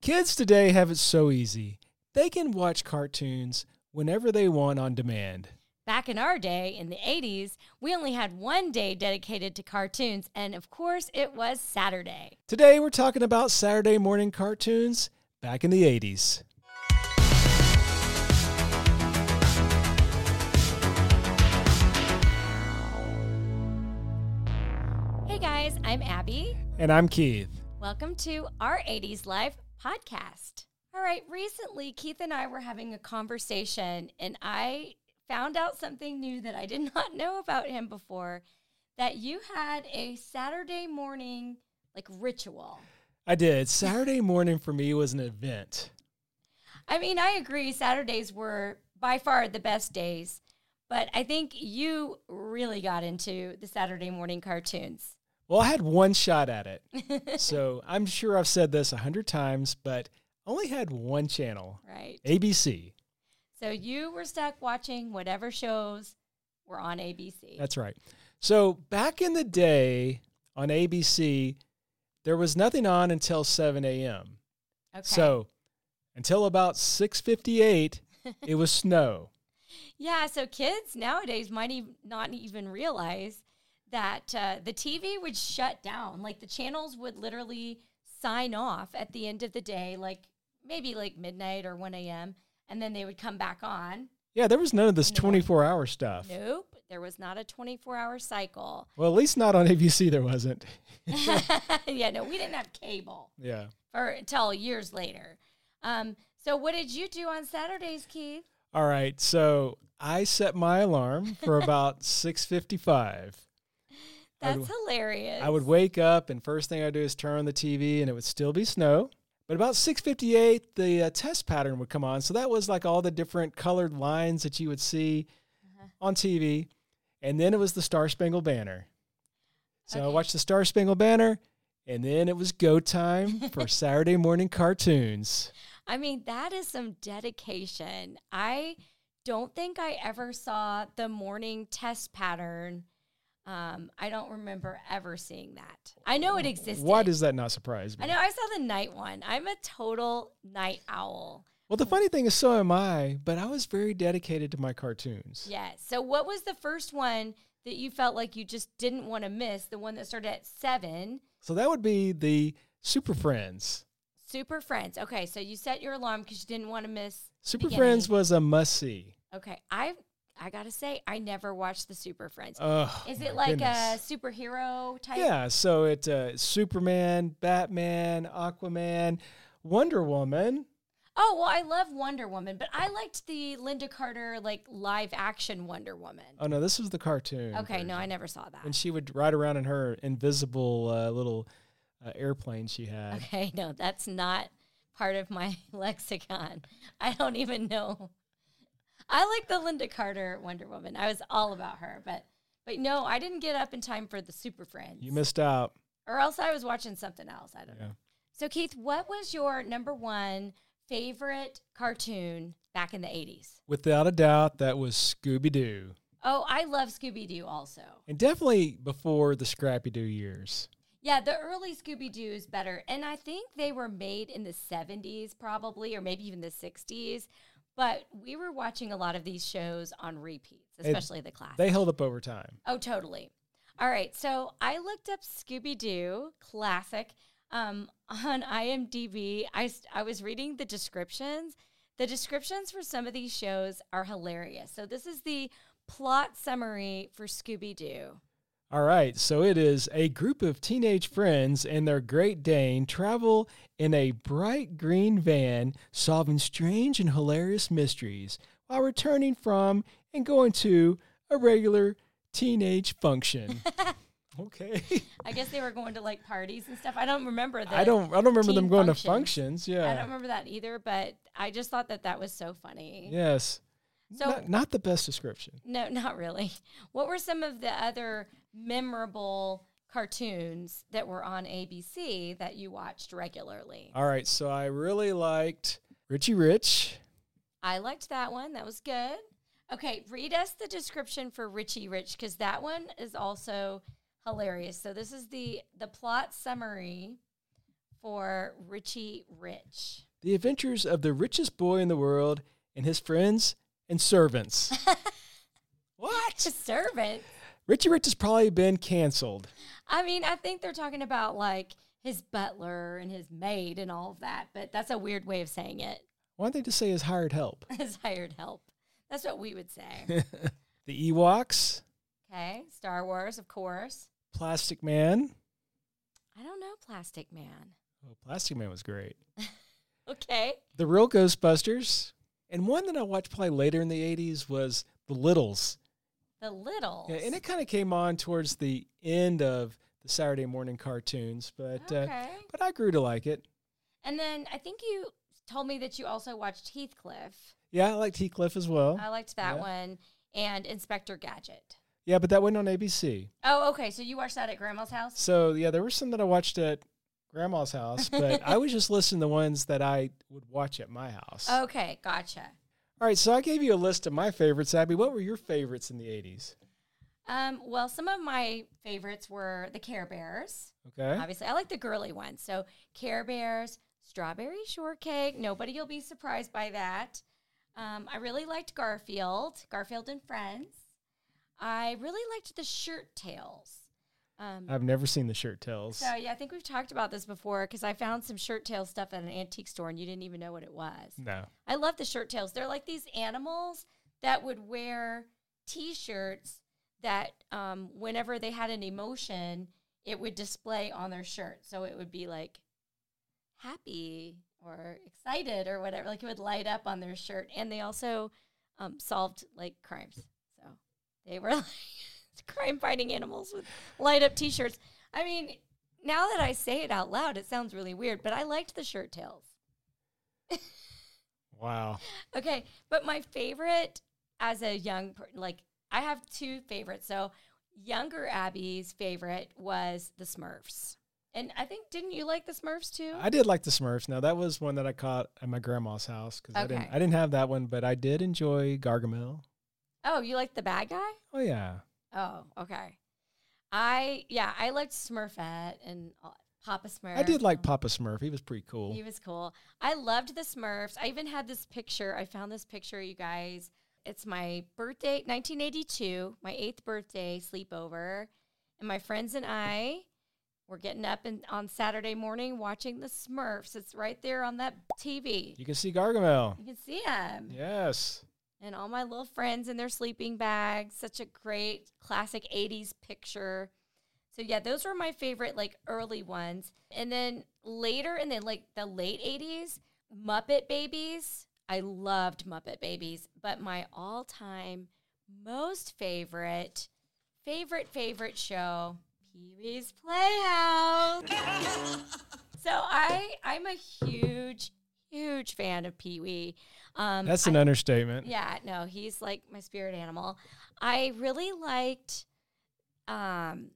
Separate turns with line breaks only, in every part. Kids today have it so easy. They can watch cartoons whenever they want on demand.
Back in our day, in the 80s, we only had one day dedicated to cartoons, and of course, it was Saturday.
Today, we're talking about Saturday morning cartoons back in the 80s.
Hey guys, I'm Abby.
And I'm Keith.
Welcome to our 80s Life podcast. All right, recently Keith and I were having a conversation, and I found out something new that I did not know about him before that you had a Saturday morning like ritual.
I did. Saturday morning for me was an event.
I mean, I agree, Saturdays were by far the best days, but I think you really got into the Saturday morning cartoons.
Well, I had one shot at it. so I'm sure I've said this a hundred times, but I only had one channel
Right.
ABC.
So you were stuck watching whatever shows were on ABC.
That's right. So back in the day on ABC, there was nothing on until 7 a.m.
okay.
So until about 6:58, it was snow.
yeah, so kids nowadays might ev- not even realize that uh, the TV would shut down. Like the channels would literally sign off at the end of the day, like maybe like midnight or 1 a.m., and then they would come back on.
Yeah, there was none of this
No.
24-hour stuff.
Nope, there was not a 24 hour cycle.
Well, at least not on ABC there wasn't.
yeah, no, we didn't have cable
Yeah.
or until years later. Um, so, what did you do on Saturdays, Keith?
All right. So I set my alarm for about 6:55. I would-
That's hilarious.
I would wake up and first thing I do is turn on the TV and it would still be snow. But about 6:58 the uh, test pattern would come on. So that was like all the different colored lines that you would see
Uh-huh.
on TV. And then it was the Star Spangled Banner. So I
Okay.
watched the Star Spangled Banner and then it was go time for Saturday morning cartoons.
I mean, that is some dedication. I don't think I ever saw the morning test pattern. Um, I don't remember ever seeing that. I know it existed.
Why does that not surprise me?
I know I saw the night one. I'm a total night owl.
Well, the funny thing is, so am I, but I was very dedicated to my cartoons.
Yeah. So, what was the first one that you felt like you just didn't want to miss? The one that started at seven,
So that would be the Super Friends.
Super Friends. Okay. So, you set your alarm because you didn't want to miss
Super
Beginning.
Friends was a must see.
Okay. I I got to say, I never watched the Super Friends.
Oh,
Is
my
it like
goodness.
a superhero type?
Yeah, so it uh, Superman, Batman, Aquaman, Wonder Woman.
Oh, well, I love Wonder Woman, but I liked the Linda Carter like live action Wonder Woman.
Oh no, this was the cartoon.
okay, no,
version.
I never saw that.
And she would ride around in her invisible uh, little uh, airplane she had.
okay, no, that's not part of my lexicon. I don't even know. I like the Linda Carter Wonder Woman. I was all about her, but but no, I didn't get up in time for the Super Friends.
You missed out.
or else I was watching something else. I don't
Yeah.
know. So Keith, what was your number one favorite cartoon back in the 80s?
Without a doubt, that was Scooby Doo.
Oh, I love Scooby Doo also.
And definitely before the Scrappy Doo years.
Yeah, the early Scooby Doo is better. And I think they were made in the 70s, probably, or maybe even the 60s. But we were watching a lot of these shows on repeats, especially the classics.
They held up over time.
Oh, totally. All right. So I looked up Scooby Doo classic um, on IMDb. I, s- I was reading the descriptions. The descriptions for some of these shows are hilarious. So this is the plot summary for Scooby Doo.
All right, so it is a group of teenage friends and their Great Dane travel in a bright green van, solving strange and hilarious mysteries while returning from and going to a regular teenage function. okay.
I guess they were going to like parties and stuff. I don't remember that.
I don't I don't remember them
teen
going to
functions.
functions. Yeah.
I don't remember that either, but I just thought that that was so funny.
Yes.
So-
not, not the best description.
No, not really. What were some of the other memorable cartoons that were on ABC that you watched regularly?
All right, so I really liked Richie Rich.
I liked that one. That was good. Okay, read us the description for Richie Rich because that one is also hilarious. So this is the the plot summary for Richie Rich.
The Adventures of the Richest Boy in the World and His Friends and Servants.
To
what?
servant.
Richie Rich has probably been canceled.
I mean, I think they're talking about like his butler and his maid and all of that, but that's a weird way of saying it.
Why don't they just say his hired help?
His hired help. That's what we would say.
The Ewoks,
okay. Star Wars, of course.
Plastic Man.
I don't know Plastic Man.
Oh, Plastic Man was great.
Okay.
The Real Ghostbusters. And one that I watched probably later in the 80s was The Littles.
The Littles.
Yeah, and it kind of came on towards the end of the Saturday morning cartoons, but uh,
okay.
but I grew to like it.
And then I think you told me that you also watched Heathcliff.
Yeah, I liked Heathcliff as well.
I liked that
Oh, Yeah.
one. And Inspector Gadget.
yeah, but that went on ABC.
Oh, okay. So you watched that at Grandma's house?
So yeah, there were some that I watched at grandma's house, but I was just listing the ones that I would watch at my house.
Okay, gotcha.
All right, so I gave you a list of my favorites, Abby. What were your favorites in the 80s?
Um, well, some of my favorites were the Care Bears.
Okay.
Obviously, I like the girly ones. So Care Bears, Strawberry Shortcake. Nobody will be surprised by that. Um, I really liked Garfield, Garfield and Friends. I really liked the Shirt Tails. Um,
I've never seen the shirt tails.
so yeah, I think we've talked about this before because I found some shirt tail stuff at an antique store and you didn't even know what it was.
No.
I love the shirt tails. They're like these animals that would wear T-shirts that, um, whenever they had an emotion, it would display on their shirt. So it would be like happy or excited or whatever. Like it would light up on their shirt. And they also um, solved like crimes. So they were like crime-fighting animals with light up T-shirts. I mean, now that I say it out loud, it sounds really weird, but I liked the shirt tails.
Wow.
Okay, but my favorite as a young per- like I have two favorites. So younger Abby's favorite was the Smurfs, and I think didn't you like the Smurfs too?
I did like the Smurfs. Now that was one that I caught at my grandma's house because I didn't
Okay.
I didn't have that one, but I did enjoy Gargamel.
oh, you liked the bad guy?
Oh yeah.
Oh, okay. I yeah, I liked Smurfette and all- Papa Smurf.
I did like Papa Smurf. He was pretty cool.
He was cool. I loved the Smurfs. I even had this picture. I found this picture, you guys. It's my birthday, 1982, my eighth birthday sleepover. And my friends and I were getting up and on Saturday morning watching the Smurfs. It's right there on that TV.
you can see Gargamel.
You can see them.
Yes.
And all my little friends in their sleeping bags. Such a great classic 80s picture. So yeah, those were my favorite like early ones. And then later in the like the late 80s, Muppet Babies. I loved Muppet Babies, but my all-time most favorite favorite favorite show, Pee-wee's Playhouse. so I I'm a huge huge fan of Pee-wee. Um
That's
I-
an understatement.
yeah, no, he's like my spirit animal. I really liked um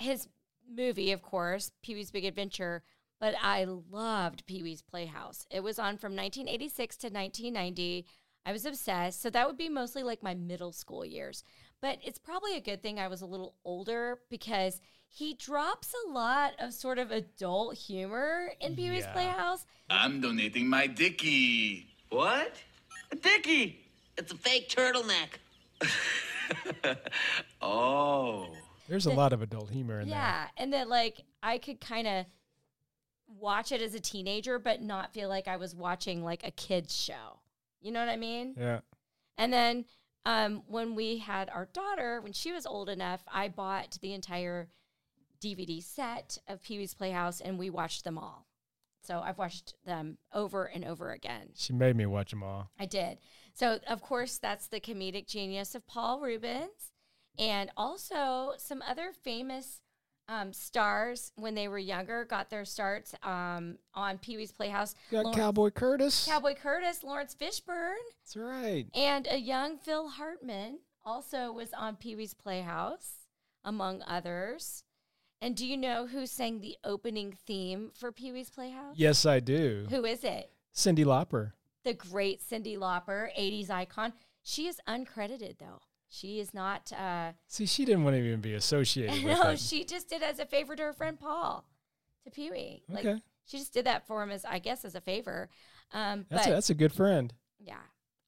his movie, of course, Pee Wee's Big Adventure, but I loved Pee Wee's Playhouse. It was on from 1986 to 1990. I was obsessed. So that would be mostly like my middle school years. But it's probably a good thing I was a little older because he drops a lot of sort of adult humor in Pee Wee's
Yeah.
Playhouse.
I'm donating my dickie.
What? A dickie.
It's a fake turtleneck.
Oh.
There's a lot of adult humor in
yeah and that like i could kind of watch it as a teenager but not feel like i was watching like a kid's show you know what i mean
there. Yeah.
and then um, when we had our daughter when she was old enough i bought the entire dvd set of pee-wee's playhouse and we watched them all so i've watched them over and over again
She made me watch them all.
I did. So, of course, that's the comedic genius of Paul Rubens. And also, some other famous um, stars when they were younger got their starts um, on Pee Wee's Playhouse.
You got
Lawrence-
Cowboy Curtis.
Cowboy Curtis, Lawrence Fishburne,
That's right.
and a young Phil Hartman also was on Pee Wee's Playhouse, among others. And do you know who sang the opening theme for Pee Wee's Playhouse?
Yes, I do.
Who is it?
Cindy Lauper.
the great Cindy Lauper, 80s icon. She is uncredited though. She is not. Uh,
See, she didn't want to even be associated with
no,
it.
she just did as a favor to her friend Paul, to Pee Wee. Like,
Okay.
She just did that for him as I guess as a favor. Um,
That's a,
but
that's a good friend.
yeah,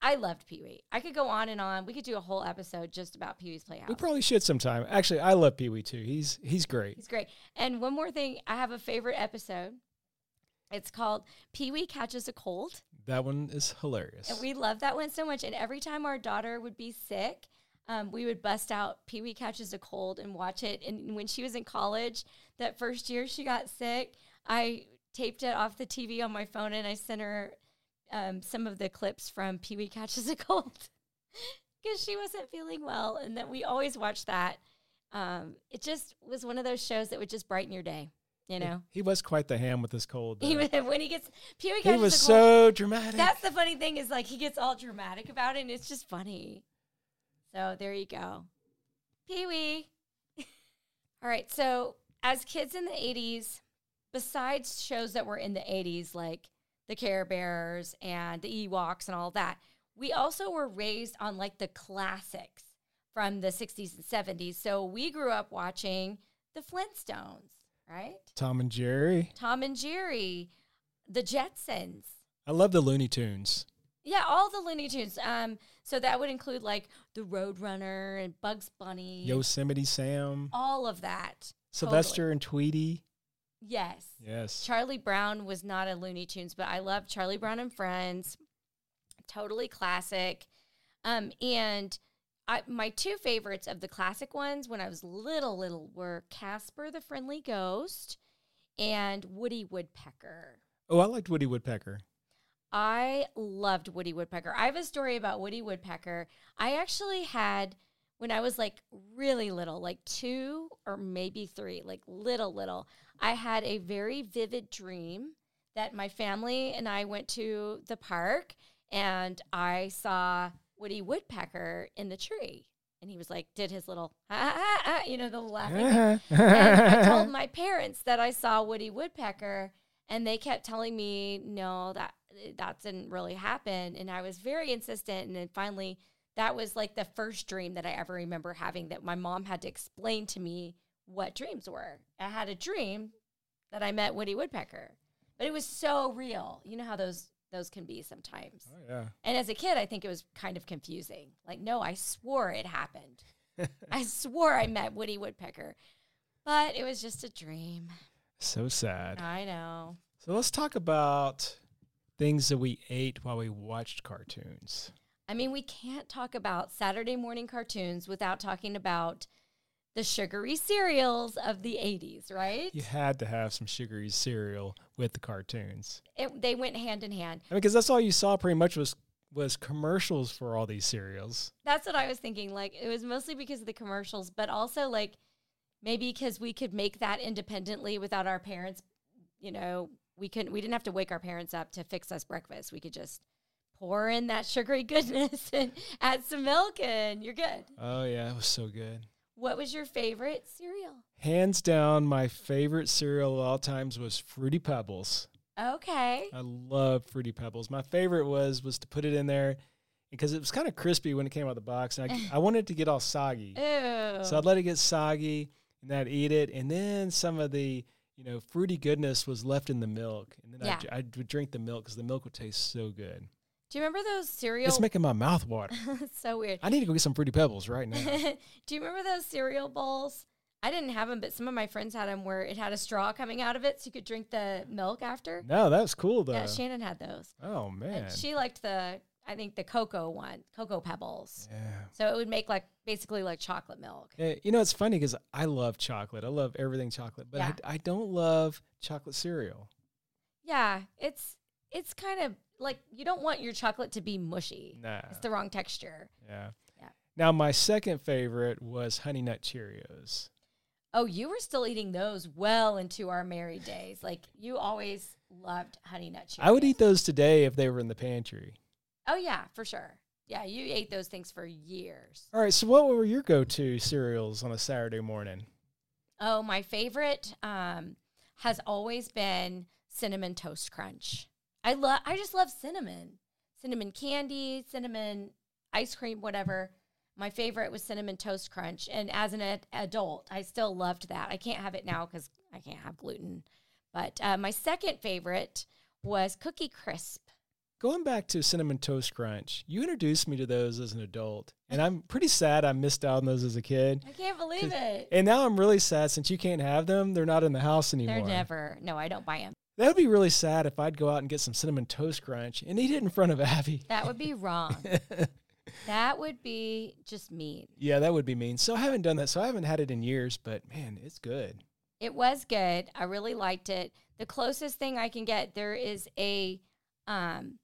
I loved Pee Wee. I could go on and on. We could do a whole episode just about Pee Wee's Playhouse.
We probably should sometime. Actually, I love Pee Wee too. He's he's great.
He's great. And one more thing, I have a favorite episode. It's called Pee Wee Catches a Cold.
That one is hilarious.
And we love that one so much. And every time our daughter would be sick, um, we would bust out Pee Wee Catches a Cold and watch it. And when she was in college, that first year she got sick, I taped it off the TV on my phone and I sent her um, some of the clips from Pee Wee Catches a Cold because she wasn't feeling well. And that we always watched that. Um, it just was one of those shows that would just brighten your day, you know?
he was quite the ham with his cold.
He,
though.
when he gets Pee Wee
He
Catches
was
a Cold.
so dramatic.
That's the funny thing is like he gets all dramatic about it and it's just funny. So there you go. Pee wee. all right. So as kids in the 80s, besides shows that were in the 80s, like the Care Bears and the Ewoks and all that, we also were raised on like the classics from the 60s and 70s. So we grew up watching the Flintstones, right?
Tom and Jerry.
Tom and Jerry, the Jetsons.
I love the Looney Tunes.
Yeah, all the Looney Tunes. Um, so that would include like the Roadrunner and Bugs Bunny,
Yosemite Sam,
all of that.
Sylvester
Oh, Totally.
and Tweety.
Yes.
Yes.
Charlie Brown was not a Looney Tunes, but I love Charlie Brown and Friends. Totally classic. Um, and I, my two favorites of the classic ones when I was little, little were Casper the Friendly Ghost and Woody Woodpecker.
Oh, I liked Woody Woodpecker.
I loved Woody Woodpecker. I have a story about Woody Woodpecker. I actually had when I was like really little, like 2 or maybe 3, like little little. I had a very vivid dream that my family and I went to the park and I saw Woody Woodpecker in the tree. And he was like did his little ah, ah, ah, you know the laughing thing
Uh-huh.
and I told my parents that I saw Woody Woodpecker, and they kept telling me, "No, that that didn't really happen." And I was very insistent, and then finally, that was like the first dream that I ever remember having that my mom had to explain to me what dreams were. I had a dream that I met Woody Woodpecker, but it was so real. You know how those those can be sometimes.
Oh, yeah.
And as a kid, I think it was kind of confusing. Like, no, I swore it happened. I swore I met Woody Woodpecker, but it was just a dream.
So sad.
I know.
So let's talk about things that we ate while we watched cartoons.
I mean, we can't talk about Saturday morning cartoons without talking about the sugary cereals of the 80s, right?
You had to have some sugary cereal with the cartoons.
It, they went hand in hand.
I mean, because that's all you saw pretty much was was commercials for all these cereals.
That's what I was thinking. Like, it was mostly because of the commercials, but also, like, maybe because we could make that independently without our parents, you know, we couldn't, we didn't have to wake our parents up to fix us breakfast. We could just pour in that sugary goodness and add some milk and you're good.
Oh yeah, it was so good.
What was your favorite cereal?
Hands down, my favorite cereal of all times was Fruity Pebbles.
Okay.
I love Fruity Pebbles. My favorite was was to put it in there because it was kind of crispy when it came out of the box, and I, I wanted it to get all soggy.
Ew.
So I'd let it get soggy and I'd eat it. And then some of the, you know, fruity goodness was left in the milk. And then
Yeah.
I, would drink the milk because the milk would taste so good.
Do you remember those cereal?
It's making my mouth water.
It's so weird.
I need to go get some fruity pebbles right now.
Do you remember those cereal bowls? I didn't have them, but some of my friends had them where it had a straw coming out of it so you could drink the milk after.
no, that was cool though.
Yeah, Shannon had those.
oh man.
And she liked the, I think the cocoa one, cocoa pebbles.
yeah.
So it would make like basically like chocolate milk.
Eh, You know, it's funny because I love chocolate. I love everything chocolate, but
Yeah.
I, I don't love chocolate cereal.
Yeah, it's it's kind of like you don't want your chocolate to be mushy.
Nah.
It's the wrong texture.
Yeah.
Yeah.
Now, my second favorite was Honey Nut Cheerios.
Oh, you were still eating those well into our married days. Like you always loved honey nut Cheerios.
I would eat those today if they were in the pantry.
Oh yeah, for sure. Yeah, you ate those things for years.
All right, so what were your go-to cereals on a Saturday morning?
Oh, my favorite um, has always been cinnamon toast crunch. I love. I just love cinnamon, cinnamon candy, cinnamon ice cream, whatever. My favorite was cinnamon toast crunch, and as an ad- adult, I still loved that. I can't have it now because I can't have gluten, But uh, my second favorite was Cookie Crisp.
Going back to Cinnamon Toast Crunch, you introduced me to those as an adult, and I'm pretty sad I missed out on those as a kid.
I can't believe
'Cause-
it.
And now I'm really sad since you can't have them, they're not in the house anymore.
They're never. No, I don't buy them.
That would be really sad if I'd go out and get some Cinnamon Toast Crunch and eat it in front of Abby.
That would be wrong. that would be just mean.
Yeah, that would be mean. So I haven't done that, so I haven't had it in years, but man, it's good.
It was good. I really liked it. The closest thing I can get there is a um,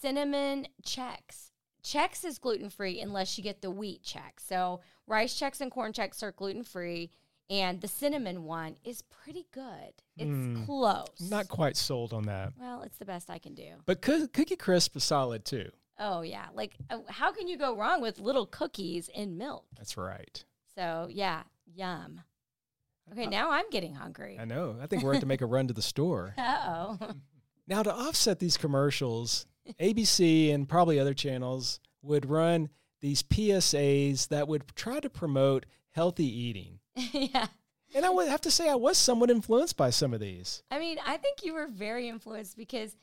cinnamon checks. Checks is gluten free unless you get the wheat checks. So rice checks and corn checks are gluten free, and the cinnamon one is pretty good. It's
Hmm.
close.
I'm not quite sold on that.
well. It's the best I can do.
But coo- Cookie Crisp is solid too.
Oh yeah, like uh, how can you go wrong with little cookies and milk?
That's right.
So yeah, yum.
Uh,
Okay, now I'm getting hungry.
I know. I think we're going to make a run to the store.
Uh oh.
Now, to offset these commercials, ABC and probably other channels would run these PSAs that would try to promote healthy eating.
yeah.
And I would have to say, I was somewhat influenced by some of these.
I mean, I think you were very influenced because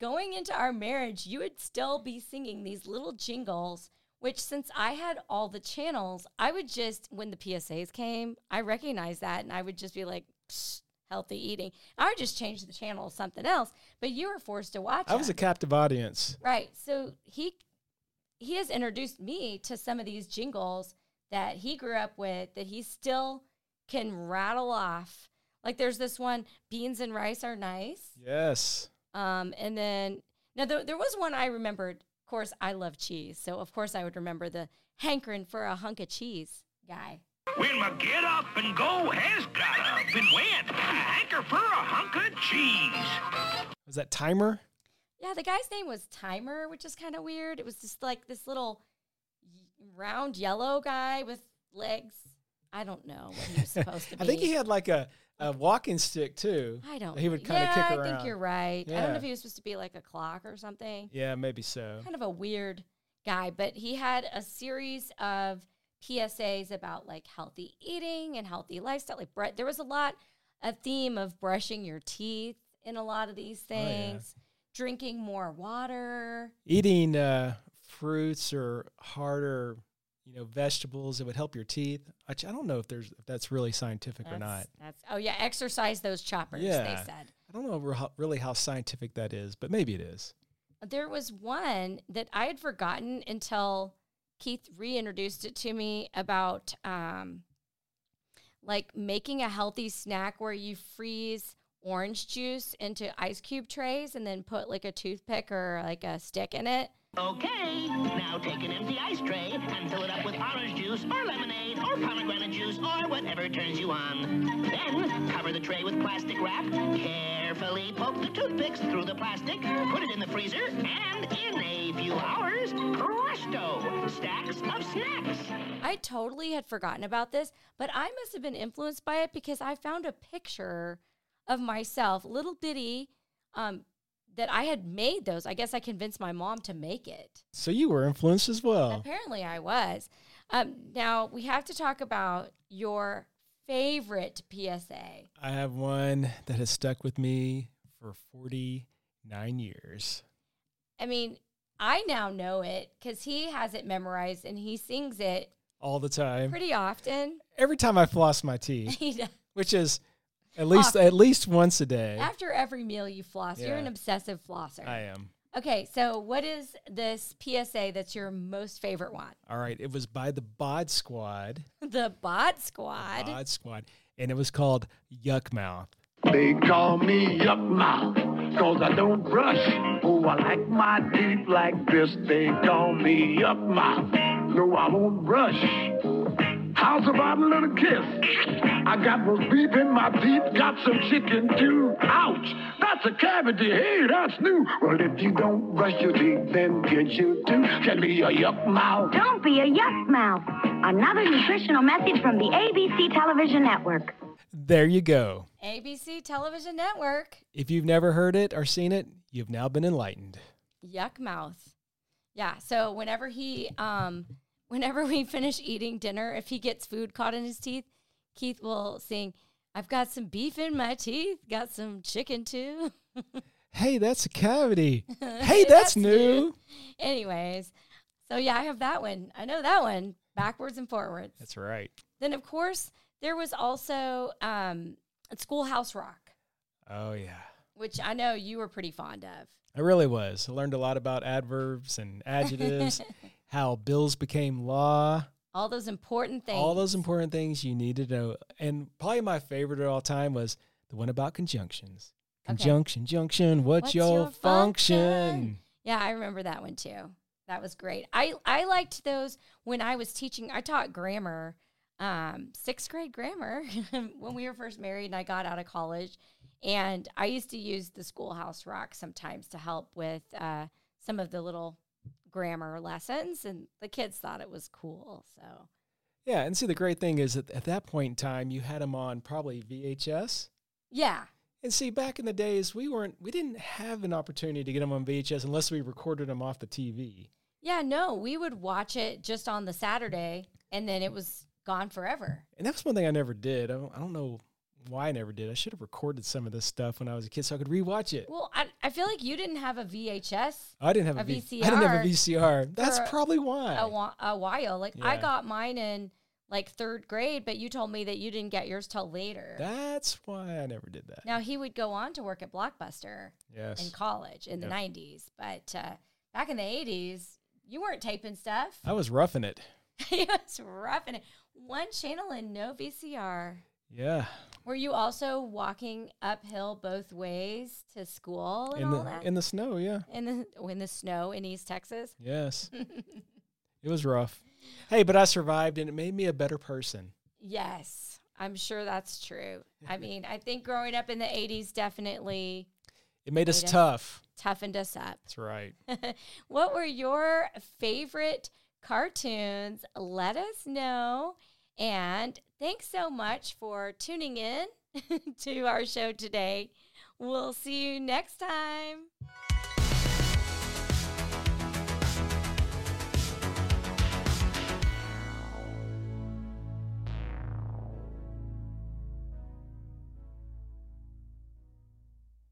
going into our marriage, you would still be singing these little jingles, which since I had all the channels, I would just, when the PSAs came, I recognized that and I would just be like, Psst, healthy eating. I would just change the channel to something else, but you were forced to watch
I was a
them.
captive audience.
Right. So he he has introduced me to some of these jingles that he grew up with that he still can rattle off. Like there's this one, beans and rice are nice.
Yes.
Um, and then now there, there was one I remembered. Of course, I love cheese, so of course I would remember the hankering for a hunk of cheese guy.
Well, my get up and go has got up and went. I hanker for a hunk of cheese.
Was that Timer?
Yeah, the guy's name was Timer, which is kind of weird. It was just like this little y- round yellow guy with legs. I don't know what he was supposed to be.
I think he had like a, a walking stick too.
I don't.
that He would
know.
kind of
yeah,
kick
I
around.
think you're right. I don't know
Yeah.
if he was supposed to be like a clock or something.
Yeah, maybe so.
Kind of a weird guy, but he had a series of PSAs about like healthy eating and healthy lifestyle. Like bre- there was a lot a theme of brushing your teeth in a lot of these
Oh, yeah.
things, drinking more water.
Eating uh, fruits or harder, you know, vegetables, it would help your teeth. I, I don't know if there's if that's really scientific or not.
That's oh yeah, exercise those choppers. They
Yeah.
said
I don't know re- how- really how scientific that is, but maybe it is.
there was one that I had forgotten until Keith reintroduced it to me about um, like making a healthy snack where you freeze orange juice into ice cube trays and then put like a toothpick or like a stick in it.
Okay, now take an empty ice tray and fill it up with orange juice or lemonade or pomegranate juice or whatever turns you on. Then cover the tray with plastic wrap, carefully poke the toothpicks through the plastic, put it in the freezer, and in a few hours, presto, stacks of snacks.
I totally had forgotten about this, but I must have been influenced by it because I found a picture of myself, little bitty, um, that I had made those. I guess I convinced my mom to make it.
So you were influenced as well.
Apparently, I was. Um, now we have to talk about your favorite PSA.
I have one that has stuck with me for 49 years.
I mean, I now know it because he has it memorized and he sings it
All the time.
pretty often.
Every time I floss my teeth,
He does.
which is at least at least once a day.
After every meal you floss, you're
Yeah.
an obsessive flosser.
I am.
Okay, so what is this PSA that's your most favorite one?
All right, it was by the Bod Squad.
The Bot Squad.
Bod Squad, and it was called Yuck Mouth.
They call me yuck mouth, cause I don't brush. Oh, I like my teeth like this. They call me yuck mouth. No, I won't brush. How's about a little kiss? I got roast beef in my teeth, got some chicken too. Ouch! That's a cavity. Hey, that's new. Well, if you don't brush your teeth, then get you too. Can be a yuck mouth.
Don't be a yuck mouth. Another nutritional message from the ABC television network.
There you go.
ABC Television Network.
If you've never heard it or seen it, you've now been enlightened.
Yuck mouth. Yeah. So whenever he um whenever we finish eating dinner, if he gets food caught in his teeth, Keith will sing I've got some beef in my teeth, got some chicken too.
Hey, that's a cavity. Hey, that's,
That's
new.
new. Anyways, so yeah, I have that one. I know that one backwards and forwards.
That's right.
Then, of course, there was also um, Schoolhouse Rock,
Oh yeah.
which I know you were pretty fond of.
I really was. I learned a lot about adverbs and adjectives, how bills became law,
All those important things.
all those important things you need to know. And probably my favorite at all time was the one about conjunctions.
Okay.
Conjunction, junction, what's,
What's
your,
your
function?
function? Yeah, I remember that one too. That was great. I, I liked those when I was teaching. I taught grammar, um, sixth grade grammar, when we were first married and I got out of college. And I used to use the schoolhouse rock sometimes to help with uh, some of the little grammar lessons. And the kids thought it was cool. So,
Yeah, and see the great thing is that at that point in time you had them on probably VHS.
yeah.
And see back in the days we weren't we didn't have an opportunity to get them on VHS unless we recorded them off the TV.
Yeah, no, we would watch it just on the Saturday and then it was gone forever.
And that's one thing I never did. I don't, I don't know why I never did. I should have recorded some of this stuff when I was a kid so I could rewatch it.
Well, I, I feel like you didn't have a VHS
I didn't have a,
a
V- I didn't have a VCR. That's
for a-
probably why.
a, wa- a while. Like I
Yeah.
got mine in like third grade, but you told me that you didn't get yours till later.
That's why I never did that.
now he would go on to work at Blockbuster in
Yes.
college in the
Yeah.
90s, but uh, back in the 80s, you weren't taping stuff.
I was roughing it.
it was rough and one channel and no VCR.
Yeah.
Were you also walking uphill both ways to school and
In
all
the
that?
in the snow, yeah.
in the oh, in the snow in East Texas?
Yes. it was rough. Hey, but I survived and it made me a better person.
Yes, I'm sure that's true. I mean, I think growing up in the 80s definitely
It made us
Made us-
tough.
toughened us up.
That's right.
What were your favorite cartoons? Let us know. And thanks so much for tuning in to our show today. We'll see you next time.